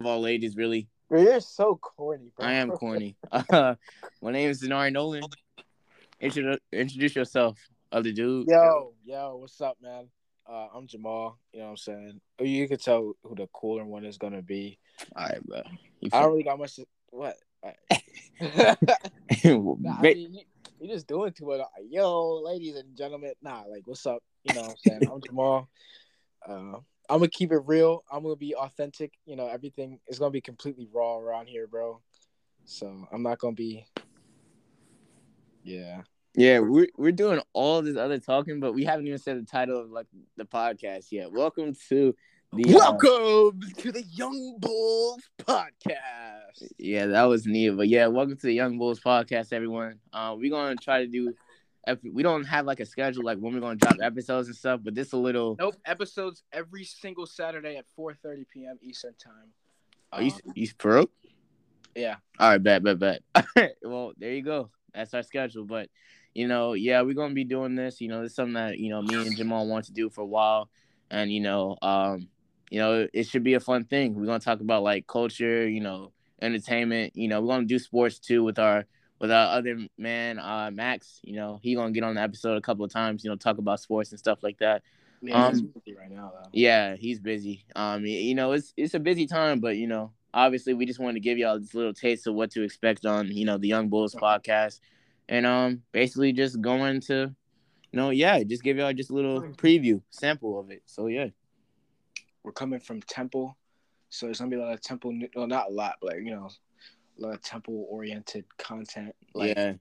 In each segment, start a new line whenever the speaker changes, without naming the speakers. of all ladies, really.
Bro, you're so corny, bro.
I am corny. Uh, my name is Denari Nolan. Introdu- introduce yourself, other dude.
Yo, yo, what's up, man? Uh, I'm Jamal. You know what I'm saying? Oh, You could tell who the cooler one is gonna be.
All right, bro. You
I don't really got much. To, what? All right.
feel-
Nah, I
Ba-
mean, you, you're just doing too much. Yo, ladies and gentlemen. Nah, like, what's up? You know what I'm saying? I'm Jamal. Uh, I'm going to keep it real. I'm going to be authentic. You know, everything is going to be completely raw around here, bro. So I'm not going to be. Yeah.
yeah, we're we're doing all this other talking, but we haven't even said the title of like the podcast yet. Welcome to the uh,
Welcome to the Young Bulls podcast.
Yeah, that was Nia. But yeah, welcome to the Young Bulls podcast, everyone. Uh, we're gonna try to do. ep- We don't have like a schedule like when we're gonna drop episodes and stuff, but this a little.
Nope. Episodes every single Saturday at 4.30 p.m. Eastern Time.
Are Oh, you
Um,
you broke?
yeah.
All right, bet, bet, bet. well, there you go. That's our schedule. But you know, yeah, we're gonna be doing this. You know, this is something that you know me and Jamal want to do for a while, and you know, um, you know, it should be a fun thing. We're gonna talk about like culture, you know, entertainment. You know, we're gonna do sports too with our with our other man, uh, Max. You know, he gonna get on the episode a couple of times. You know, talk about sports and stuff like that.
Man,
Um,
it's busy right now, though.
Yeah, he's busy. Um, y- you know, it's it's a busy time, but you know, obviously, we just wanted to give y'all this little taste of what to expect on you know the Young Bulls podcast, and um, basically just going to, you know, yeah, just give y'all just a little preview sample of it. So yeah,
we're coming from Temple, so there's gonna be a lot of Temple. Well, not a lot, but like, you know, a lot of Temple-oriented content. Like,
yeah.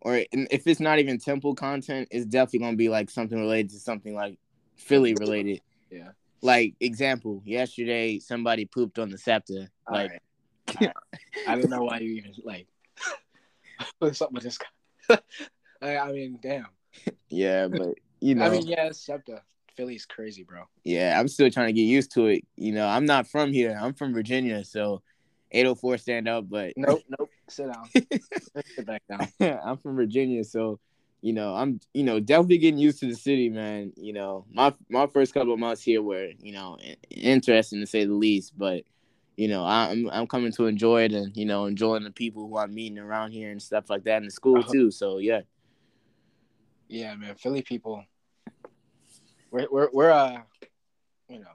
Or and if it's not even temple content, it's definitely gonna be like something related to something like Philly related.
Yeah.
Like example, yesterday somebody pooped on the scepter.
all
Like
right, all right. I don't know why you even like. What's up with this guy? I, I mean, damn.
yeah, but you know.
I mean, yeah, it's up to Philly's crazy, bro.
Yeah, I'm still trying to get used to it. You know, I'm not from here. I'm from Virginia, so 804 stand up, but
Nope, nope. Sit down. Sit back down.
I'm from Virginia, so you know, I'm you know, definitely getting used to the city, man. You know, my my first couple of months here were, you know, in- interesting to say the least, but you know, I- I'm I'm coming to enjoy it and you know, enjoying the people who I'm meeting around here and stuff like that in the school
Uh-huh.
too. So yeah.
Yeah, man, Philly people. We're we're we're uh, you know,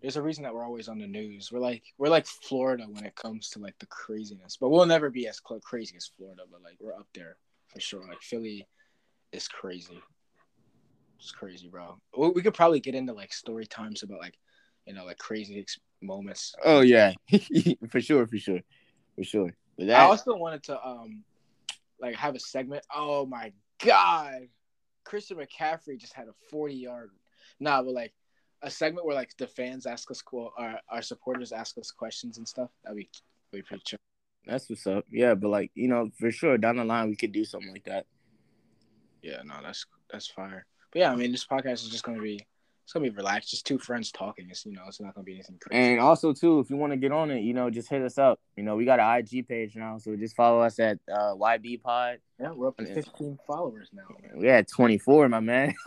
there's a reason that we're always on the news. We're like we're like Florida when it comes to like the craziness, but we'll never be as cl- crazy as Florida. But like we're up there for sure. Like Philly is crazy. It's crazy, bro. We, we could probably get into like story times about like, you know, like crazy ex- moments.
Oh yeah. for sure, for sure. For sure. But that
I also wanted to um like have a segment. Oh my god. Christian McCaffrey just had a 40 yard nah, but like a segment where like the fans ask us cool our, our supporters ask us questions and stuff. That'd be that'd be pretty chill.
That's what's up. Yeah, but like, you know, for sure down the line we could do something like that.
Yeah, no, that's that's fire. But yeah, I mean this podcast is just gonna be it's gonna be relaxed, just two friends talking. It's you know, it's not gonna be anything crazy.
And also too, if you want to get on it, you know, just hit us up. You know, we got an IG page now, so just follow us at uh YB Pod.
yeah, we're up to
Yeah.
15 followers now. man.
We had 24, my man.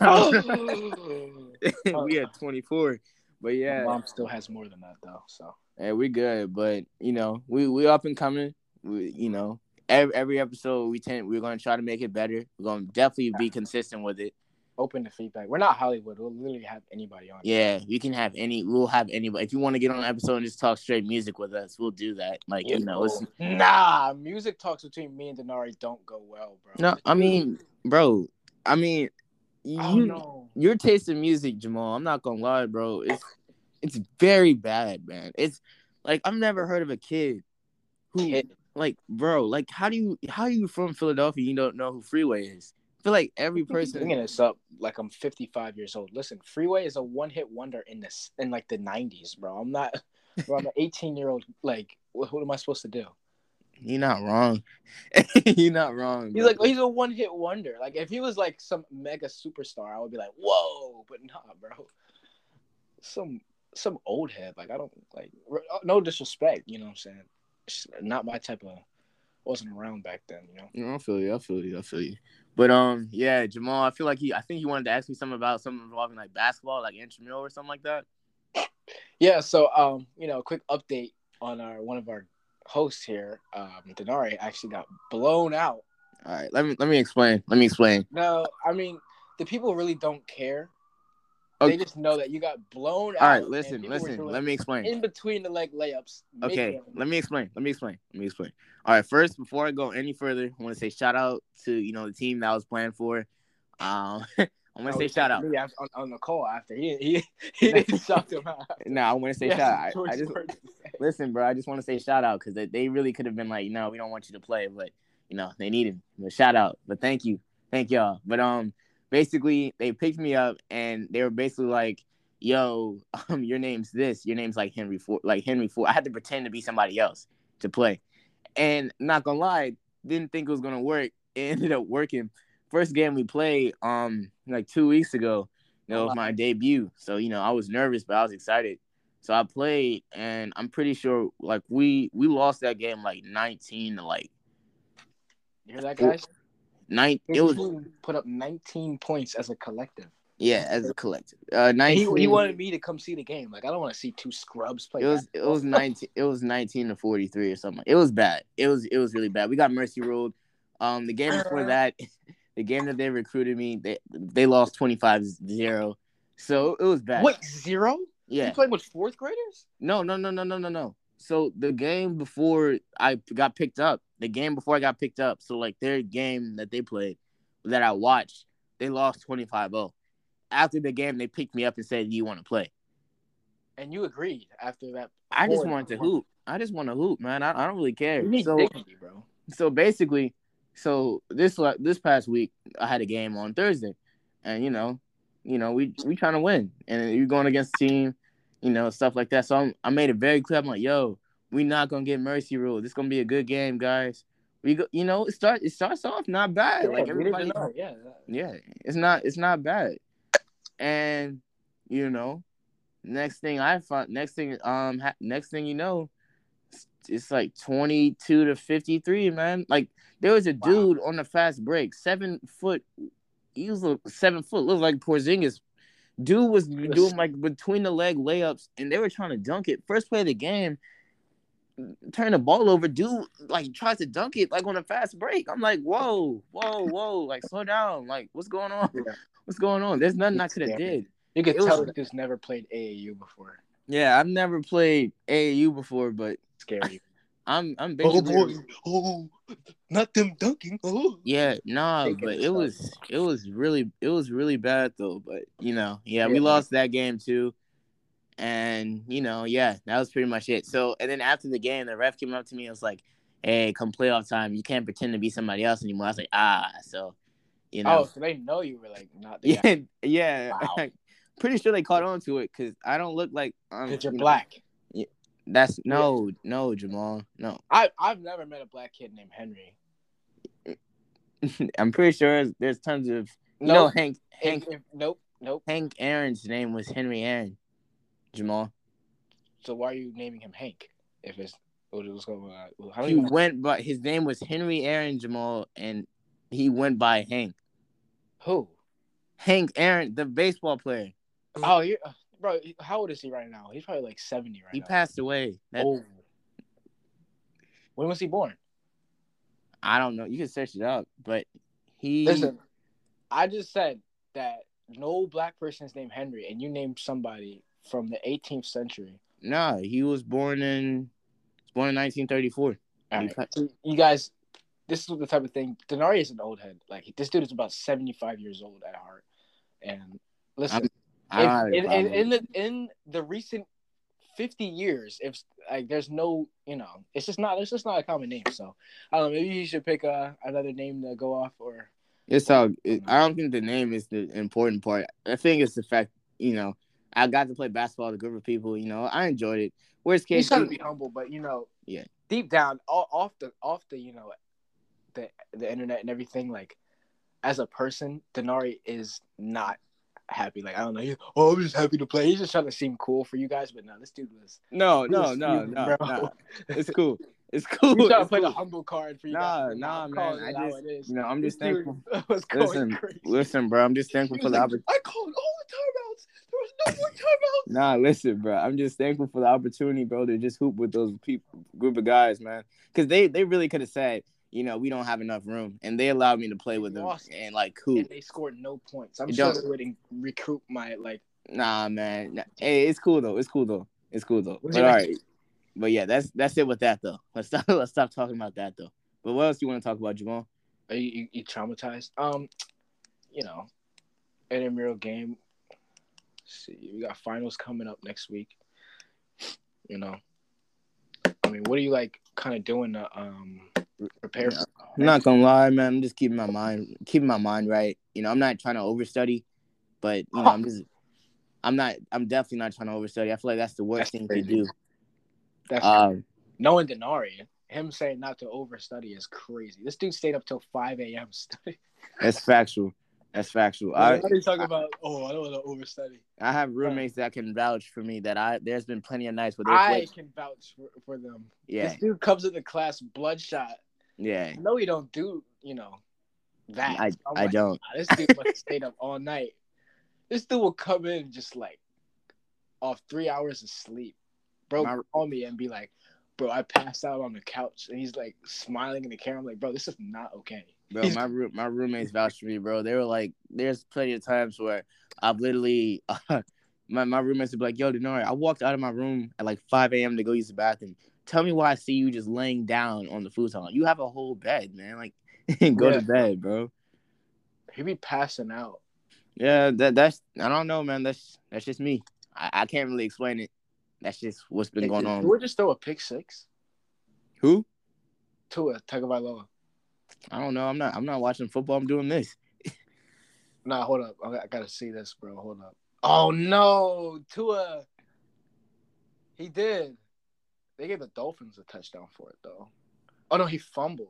Oh,
we had 24. But yeah,
mom still has more than that though. So
hey, we good, but you know, we we up and coming. We, you know, every, every episode we tend we're going to try to make it better. We're going to definitely be consistent with it.
open to feedback. We're not Hollywood. We'll literally have anybody on.
Yeah, you can have any we'll have anybody. If you want to get on an episode and just talk straight music with us, we'll do that. Like, you know, it's
nah, music talks between me and Denari don't go well, bro.
No, I mean, bro. I mean, you,
oh no,
your taste in music, Jamal. I'm not gonna lie, bro. It's it's very bad, man. It's like I've never heard of a kid who,
Kid.
like, bro. Like, how do you how are you from Philadelphia? You don't know who Freeway is. I feel like every person.
bringing this up like I'm 55 years old. Listen, Freeway is a one-hit wonder in this in like the 90s, bro. I'm not, bro. I'm an 18 year old. Like, what, what am I supposed to do?
You're not wrong. You're not wrong.
He's
bro.
like he's a one hit wonder. Like if he was like some mega superstar, I would be like, whoa, but nah, bro. Some some old head. Like I don't like r- uh, no disrespect. You know what I'm saying? It's just not my type of. Wasn't around back then. You know.
You know, I feel you. I feel you. I feel you. But um, yeah, Jamal. I feel like he. I think he wanted to ask me something about something involving like basketball, like intramural or something like that.
Yeah. So um, you know, quick update on our one of our hosts here, um, Denari actually got blown out.
All right, let me let me explain. Let me explain.
No, I mean the people really don't care.
Okay.
They just know that you got blown out.
All right,
and
listen,
people were
listen.
doing
Let me explain.
in between the leg layups. making
Okay,
them.
let me explain. Let me explain. Let me explain. All right, first, before I go any further, I want to say shout out to you know the team that I was playing for. Um, I want to
Oh,
say
he
shout out.
texted me af- on, on the call after he he he didn't shout him out.
No, I want to say
Yes,
shout out.
George
I, I just
Floyd said.
listen, bro. I just want to say shout out because they, they really could have been like, no, we don't want you to play, but you know they need him. But shout out. But thank you, thank y'all. But um, basically they picked me up and they were basically like, yo, um, your name's this. Your name's like Henry Ford. Like Henry Ford. I had to pretend to be somebody else to play, and not gonna lie, didn't think it was gonna work. It ended up working. First game we played, um, like two weeks ago. You know, it was my debut. So you know, I was nervous, but I was excited. So I played, and I'm pretty sure like we we lost that game like 19 to like
You hear that, guys?
nine. It
His
was
team put up 19 points as a collective.
yeah, as a collective. Uh,
And
19.
He, he wanted me to come see the game. Like I don't want to see two scrubs play.
it was it was 19. It was 19 to 43 or something. It was bad. It was it was really bad. We got mercy ruled. Um, the game before
Uh-huh.
that, the game that they recruited me, they they lost 25-0. So it was bad.
basketball. Wait, zero?
Yeah.
You playing with fourth graders?
No, no, no, no, no, no, no. So the game before I got picked up, the game before I got picked up, so like their game that they played that I watched, they lost 25-0. After the game, they picked me up and said, "Do you want to play?"
And you agreed after that.
I just
horrid
wanted to
performance.
hoop. I just want to hoop, man. I, I don't really care.
You need
So
dignity, bro.
so basically, so this la- this past week I had a game on Thursday, and you know, you know we we trying to win, and you're going against the team, you know, stuff like that. So I'm, I made it very clear. I'm like, yo, we not gonna get mercy rule. This gonna be a good game, guys. We go, you know, it start it starts off not bad.
Yeah,
like
we didn't
everybody,
know. Yeah.
yeah, it's not it's not bad, and you know, next thing I find, next thing um, ha- next thing you know, it's, it's like twenty two to fifty three, man. Like there was a
Wow.
dude on the fast break, seven foot. He was a seven foot, looked like Porzingis. Dude was doing like between the leg layups, and they were trying to dunk it. First play of the game, turn the ball over. Dude, like tries to dunk it like on a fast break. I'm like, whoa, whoa, whoa, like slow down. Like what's going on?
Yeah.
What's going on? There's nothing I
It's
could have
scary.
did.
You could
It was-
tell that this never played AAU before.
Yeah, I've never played AAU before, but
Scary.
I'm I'm basically
Oh, not them dunking. Oh.
yeah, nah,
Shaking
but
and
it
stuff.
was it was really it was really bad though. But you know, yeah, we
Yeah.
lost that game too, and you know, yeah, that was pretty much it. So and then after the game, the ref came up to me and was like, "Hey, come playoff time, you can't pretend to be somebody else anymore." I was like, "Ah," so you know,
Oh, so they know you were like not the guy
yeah, yeah,
Wow.
pretty sure they caught on to it because I don't look like um,
because you're
you know,
black.
That's no, no, Jamal, no.
I I've never met a black kid named Henry.
I'm pretty sure there's tons of you
No,
know Hank Hank
if- if- nope, nope.
Hank Aaron's name was Henry Aaron. Jamal.
So why are you naming him Hank? If it's what was going on? Well, How do
He
you?
went by his name was Henry Aaron Jamal and he went by Hank.
Who?
Hank Aaron, the baseball player.
Oh, you, uh, bro. How old is he right now? He's probably like seventy right
He
now.
passed away. That,
Oh. When was he born?
I don't know. You can search it up, but he
Listen, I just said that no black person is named Henry, and you named somebody from the 18th century.
no, he was born in was born in 1934.
All
He
right.
pa-
So you guys, this is the type of thing. Denari is an old head. Like this dude is about 75 years old at heart. And listen,
I don't have
if,
any
in, in,
problem.
in the in the recent 50 years, if like there's no, you know, it's just not it's just not a common name. So I don't know. Maybe you should pick uh, another name to go off or.
It's all. It,
Mm-hmm.
I don't think the name is the important part. I think it's the fact, you know, I got to play basketball with a group of people. You know, I enjoyed it. Worst
You
case,
gotta be humble, but you know,
Yeah.
deep down, all, off the off the you know, the the internet and everything. Like as a person, Denari is not happy. Like I don't know. He's, oh, I'm just happy to play. He's just trying to seem cool for you guys, but no, this dude was.
No,
he
no,
was
no,
fuming,
no,
bro.
no. It's cool. It's
He's
cool.
trying to
It's
play the
cool.
humble card for you.
Nah,
guys.
nah,
I'm
man.
calling
I
it how
just,
it is.
you know, I'm
This
just
dude
thankful.
was going
Listen,
crazy.
Listen, bro, I'm just
He
thankful
was
for the
like,
opportunity.
I called all the timeouts. There was no more timeouts.
Nah, listen, bro. I'm just thankful for the opportunity, bro, to just hoop with those people, group of guys, man. Because they, they really could have said, you know, we don't have enough room, and they allowed me to play with them
Lost.
and like hoop.
And they scored no points. I'm
It
sure
don't-
they would recoup my like.
Nah, man. Nah. Hey, it's cool though. It's cool though. It's cool though. But
What do
all
you
right.
mean?
But yeah, that's that's it with that though. Let's stop. Let's stop talking about that though. But what else do you want to talk about, Jamal?
Are you, you, you traumatized? Um, you know, intramural game. see, we got finals coming up next week. You know, I mean, what are you like, kind of doing to um re- prepare?
Yeah.
for-
I'm not gonna lie, man. I'm just keeping my mind keeping my mind right. You know, I'm not trying to overstudy, but you know, I'm just I'm not I'm definitely not trying to overstudy. I feel like that's the worst thing
That's
to
crazy.
do.
That's
Um,
knowing Denari, him saying not to overstudy is crazy. This dude stayed up till five a.m. studying.
that's factual. That's factual. I
What are you talking about? Oh, I don't want to overstudy.
I have roommates that can vouch for me that I there's been plenty of nights where they
I
played.
can vouch for, for them.
Yeah,
This dude comes into class bloodshot.
yeah.
No, he don't do you know that.
I
I'm
I
like,
don't.
"Nah, this dude must have stayed up all night. This dude will come in just like off three hours of sleep. Bro,
My-
call me and be like, "Bro, I passed out on the couch," and he's like smiling in the camera. I'm like, "Bro, this is not okay."
Bro,
He's-
my room, my roommates vouched for me, bro. They were like, there's plenty of times where I've literally, my, my roommates would be like, yo, Denari, I walked out of my room at like 5 a.m. to go use the bathroom. Tell me why I see you just laying down on the futon. You have a whole bed, man. Like, go
Yeah.
to bed, bro.
He be passing out.
Yeah, that that's I don't know, man. That's that's just me. I, I can't really explain it. That's just what's been going on.
We'll just throw a pick six
Who?
to a Tagovailoa.
I don't know. I'm not. I'm not watching football. I'm doing this.
Nah, hold up. I, I gotta see this, bro. Hold up. Oh no, Tua. He did. They gave the Dolphins a touchdown for it though. Oh no, he fumbled.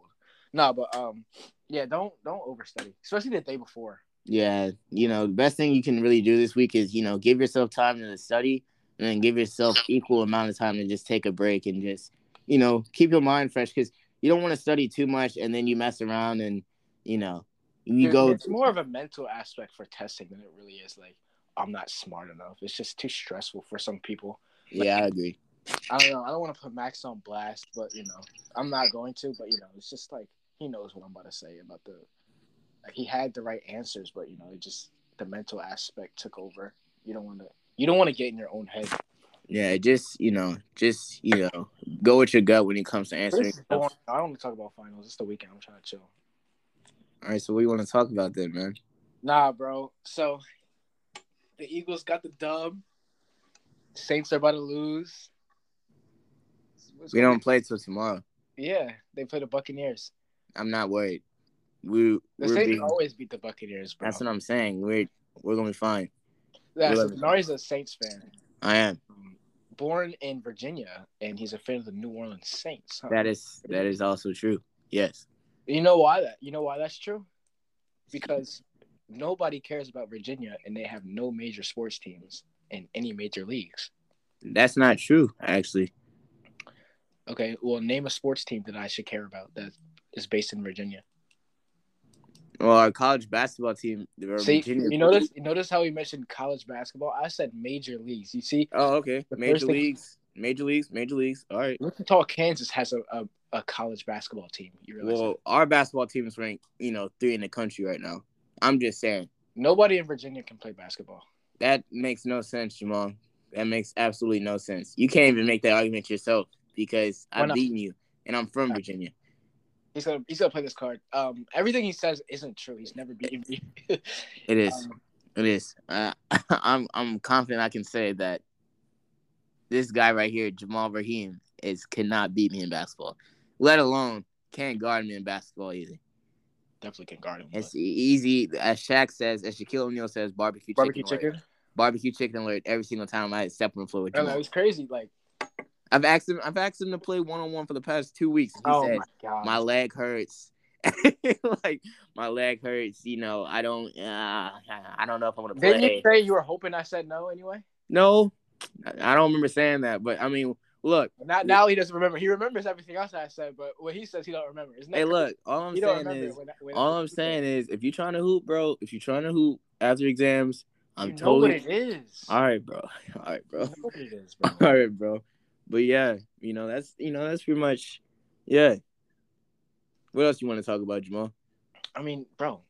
Nah, but um, yeah, don't don't overstudy, especially the day before.
Yeah, you know, the best thing you can really do this week is, you know, give yourself time to study and then give yourself equal amount of time to just take a break and just, you know, keep your mind fresh because you don't want to study too much and then you mess around and, you know, you
Dude,
go.
It's more of a mental aspect for testing than it really is like I'm not smart enough. It's just too stressful for some people.
Yeah, I agree.
I don't know. I don't want to put Max on blast, but you know, I'm not going to. But you know, it's just like he knows what I'm about to say about the. Like, he had the right answers, but you know, it just the mental aspect took over. You don't want to. You don't want to get in your own head.
Yeah, just, you know, just, you know, go with your gut when it comes to answering.
This is
stuff.
boring.
All
I don't want to talk about finals. It's the weekend. I'm trying to chill.
right, so what do you want to talk about then, man?
Nah, bro. So the Eagles got the dub. Saints are about to lose. What's
We
going-
don't play till tomorrow.
Yeah, they play the Buccaneers.
I'm not worried. We,
The
we're
Saints
being,
always beat the Buccaneers, bro.
that's what I'm saying. We're, we're going to be fine.
Yeah, so
Whoever.
Denari's a Saints fan.
I am.
Um, born in Virginia, and he's a fan of the New Orleans Saints. Huh?
That is, that is also true. Yes.
you know why that? You know why that's true? Because nobody cares about Virginia, and they have no major sports teams in any major leagues.
That's not true, actually.
Okay, well, name a sports team that I should care about that is based in Virginia.
Well, our college basketball team. or
See,
Uh, Virginia-
you notice, you notice how he mentioned college basketball. I said major leagues. You see,
Oh, okay.
The
Major
first thing-
leagues, major leagues, major leagues. All right.
Wichita, Kansas has a, a, a college basketball team. You realize that?
Well, our basketball team is ranked, you know, three in the country right now. I'm just saying
nobody in Virginia can play basketball.
that makes no sense, Jamal. That makes absolutely no sense. You can't even make that argument yourself because
Why
I've
not?
beaten you, and I'm from Virginia.
He's gonna he's gonna play this card. Um, everything he says isn't true. He's never beaten me.
It is.
um,
It is. Uh, I'm I'm confident I can say that this guy right here, Jamal Raheem, is cannot beat me in basketball, let alone can't guard me in basketball either.
definitely can guard him.
It's e- easy, as Shaq says, as Shaquille O'Neal says, barbecue
but- Barbecue
chicken, alert.
chicken.
barbecue chicken alert every single time I step on the floor with
And that
Jamal.
was crazy. Like
I've asked him. I've asked him to play one on one for the past two weeks. He
oh
said,
my god.
my leg hurts. like my leg hurts, you know. I don't, uh, I don't know if I'm gonna
Didn't you
play.
say you were hoping I said no anyway?
No, I I don't remember saying that. But I mean, look,
Not now he doesn't remember. He remembers everything else I said, but what he says he don't remember. Isn't that
hey,
crazy?
look. All I'm
He don't
saying
remember
is,
when I- when I-
all I'm saying is, if you're trying to hoop, bro, if you're trying to hoop after exams, I'm
you know
totally
what it is.
all right, bro. All right, bro.
You know what it is,
All
bro.
right, bro. But yeah, you know that's you know that's pretty much yeah. What else you want to talk about, Jamal?
I mean, bro.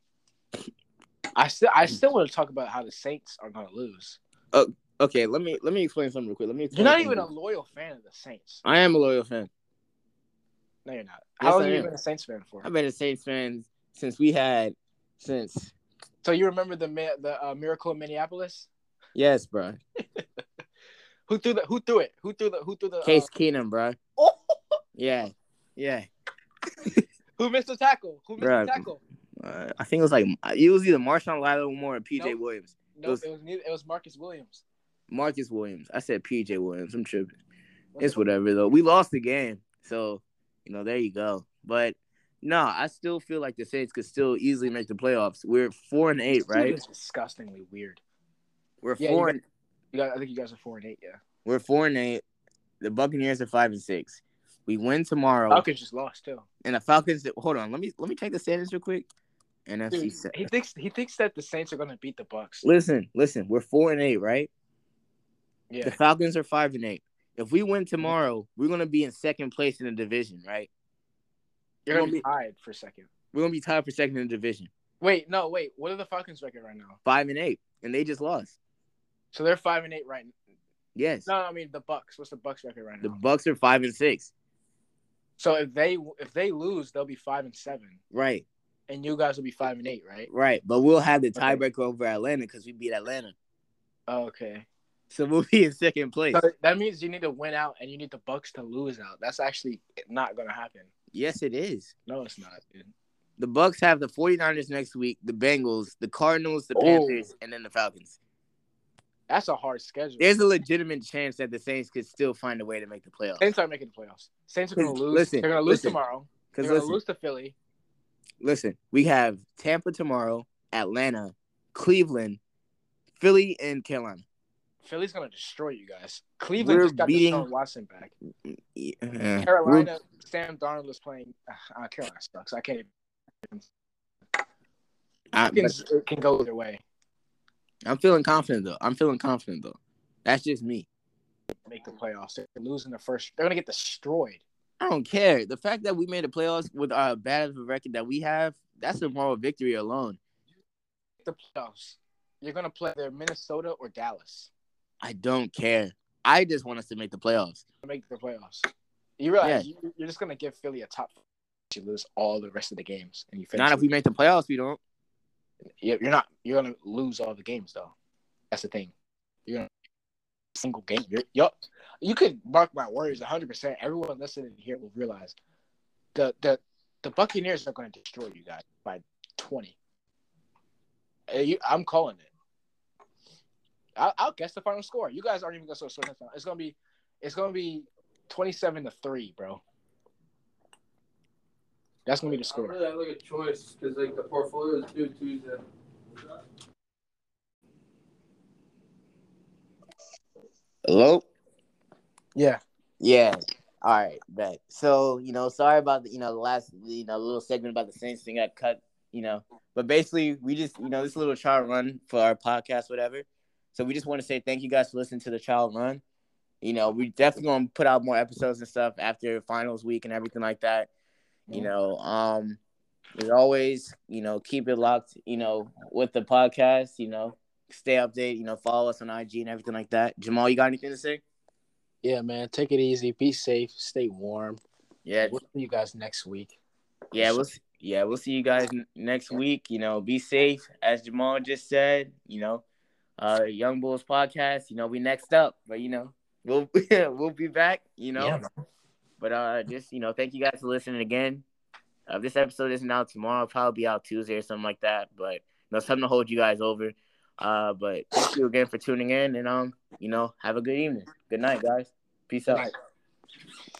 I still I still want to talk about how the Saints are gonna lose.
Okay, let me let me explain something real quick. Let me.
You're
Explain
not
something.
even a loyal fan of the Saints.
I am a loyal fan.
No, you're not.
Yes,
How long
I
have you
am.
been a Saints fan for?
I've been a Saints fan since we had since
So you remember the ma- the uh, miracle in Minneapolis?
yes, bro.
Who threw the Who threw it? Who threw the Who threw the uh,
Case Keenum, bro.
Oh!
Yeah, yeah.
Who missed the tackle? Who missed
Bruh.
the tackle?
Uh, I think it was like it was either Marshawn Lattimore or PJ
Nope.
Williams.
No, it was
was-
it was, neither- it was Marcus Williams.
Marcus Williams. I said PJ Williams. I'm tripping.
What
it's
the-
whatever though. We lost the game, so you know there you go. But no, I still feel like the Saints could still easily make the playoffs. We're four and eight,
This dude
right?
is disgustingly weird.
We're
Yeah,
four.
you-
And,
You guys, I think you guys are four and eight. Yeah,
we're four and eight. The Buccaneers are five and six. We win tomorrow,
Falcons just lost too.
and the Falcons. Hold on, let me let me check the standings real quick. NFC.
Dude,
Sa-
he thinks he thinks that the Saints are gonna beat the Bucks.
Listen, listen. We're four and eight, right? The
Yeah, Mm-hmm.
Falcons are five and eight. If we win tomorrow, we're gonna be in second place in the division, right?
you're gonna be tied for a second.
We're gonna be tied for second in the division,
Wait, no, wait. What are the Falcons' record right now?
five and eight, and they just lost.
So they're five and eight right. now.
Yes.
No, I mean the Bucks. What's the Bucks' record right
The
now?
Bucks are five and six.
so if they if they lose, they'll be five and seven,
Right,
and you guys will be five and eight, right?
right. But we'll have the
Okay.
tiebreaker over Atlanta because we beat Atlanta.
Oh, Okay.
So we'll be in second place.
So that means you need to win out, and you need the Bucks to lose out. That's actually not gonna happen.
Yes, it is.
No, it's not. Dude.
The Bucks have the 49ers next week, the Bengals, the Cardinals, the
Oh.
Panthers, and then the Falcons.
That's a hard schedule.
There's a legitimate chance that the Saints could still find a way to make the playoffs.
Saints aren't making the playoffs. Saints are gonna
Cause-
lose.
listen,
they're gonna lose
listen,
tomorrow. They're
Because
gonna
listen,
lose to Philly.
listen, we have Tampa tomorrow, Atlanta, Cleveland, Philly, and Carolina.
Philly's gonna destroy you guys. Cleveland
We're
just got
beating-
Deshaun Watson back.
Yeah.
Carolina, Sam Darnold is playing. Uh, Carolina sucks. I can't.
I-
It can, it can go either way.
I'm feeling confident though. I'm feeling confident though. That's just me.
Make the playoffs. They're losing the first. They're gonna get destroyed.
I don't care. The fact that we made the playoffs with our bad of a record that we have, that's a moral victory alone.
The playoffs. You're gonna play either Minnesota or Dallas.
I don't care. I just want us to make the playoffs.
to Make the playoffs. You realize you, you're just gonna give Philly a top. five. You lose all the rest of the games, and you finish.
Not if we make the playoffs, we don't.
Yeah, you're not. You're gonna lose all the games though. That's the thing. You're gonna single game. You're, you you could mark my words 100. percent Everyone listening here will realize the the the Buccaneers are gonna destroy you guys by 20. Uh, you- I'm calling it. I'll, I'll guess the final score. You guys aren't even gonna score. score touchdown. It's gonna be it's gonna be 27 to three, bro. That's gonna be the
I
score.
don't really have like a choice because like the portfolio is due Tuesday.
Hello?
Yeah.
Yeah. All right, bet. So, you know, sorry about the you know, the last you know, little segment about the Saints thing got cut, you know. But basically we just you know, this little trial run for our podcast, whatever. So we just want to say thank you guys for listening to the trial run. You know, we definitely gonna put out more episodes and stuff after finals week and everything like that. you know um as always you know keep it locked you know with the podcast you know stay updated you know follow us on ig and everything like that jamal you got anything to say
Yeah, man. Take it easy. Be safe. Stay warm.
yeah
We'll see you guys next week.
yeah we'll s- yeah we'll see you guys n- next week you know be safe as jamal just said you know uh young bulls podcast you know we next up but you know we'll we'll be back you know
Yeah, man.
But uh, just you know, thank you guys for listening again. Uh, this episode isn't out tomorrow; it'll probably be out Tuesday or something like that. But you know, something to hold you guys over. Uh, but thank you again for tuning in, and um, you know, have a good evening. Good night, guys. Peace out.
Night.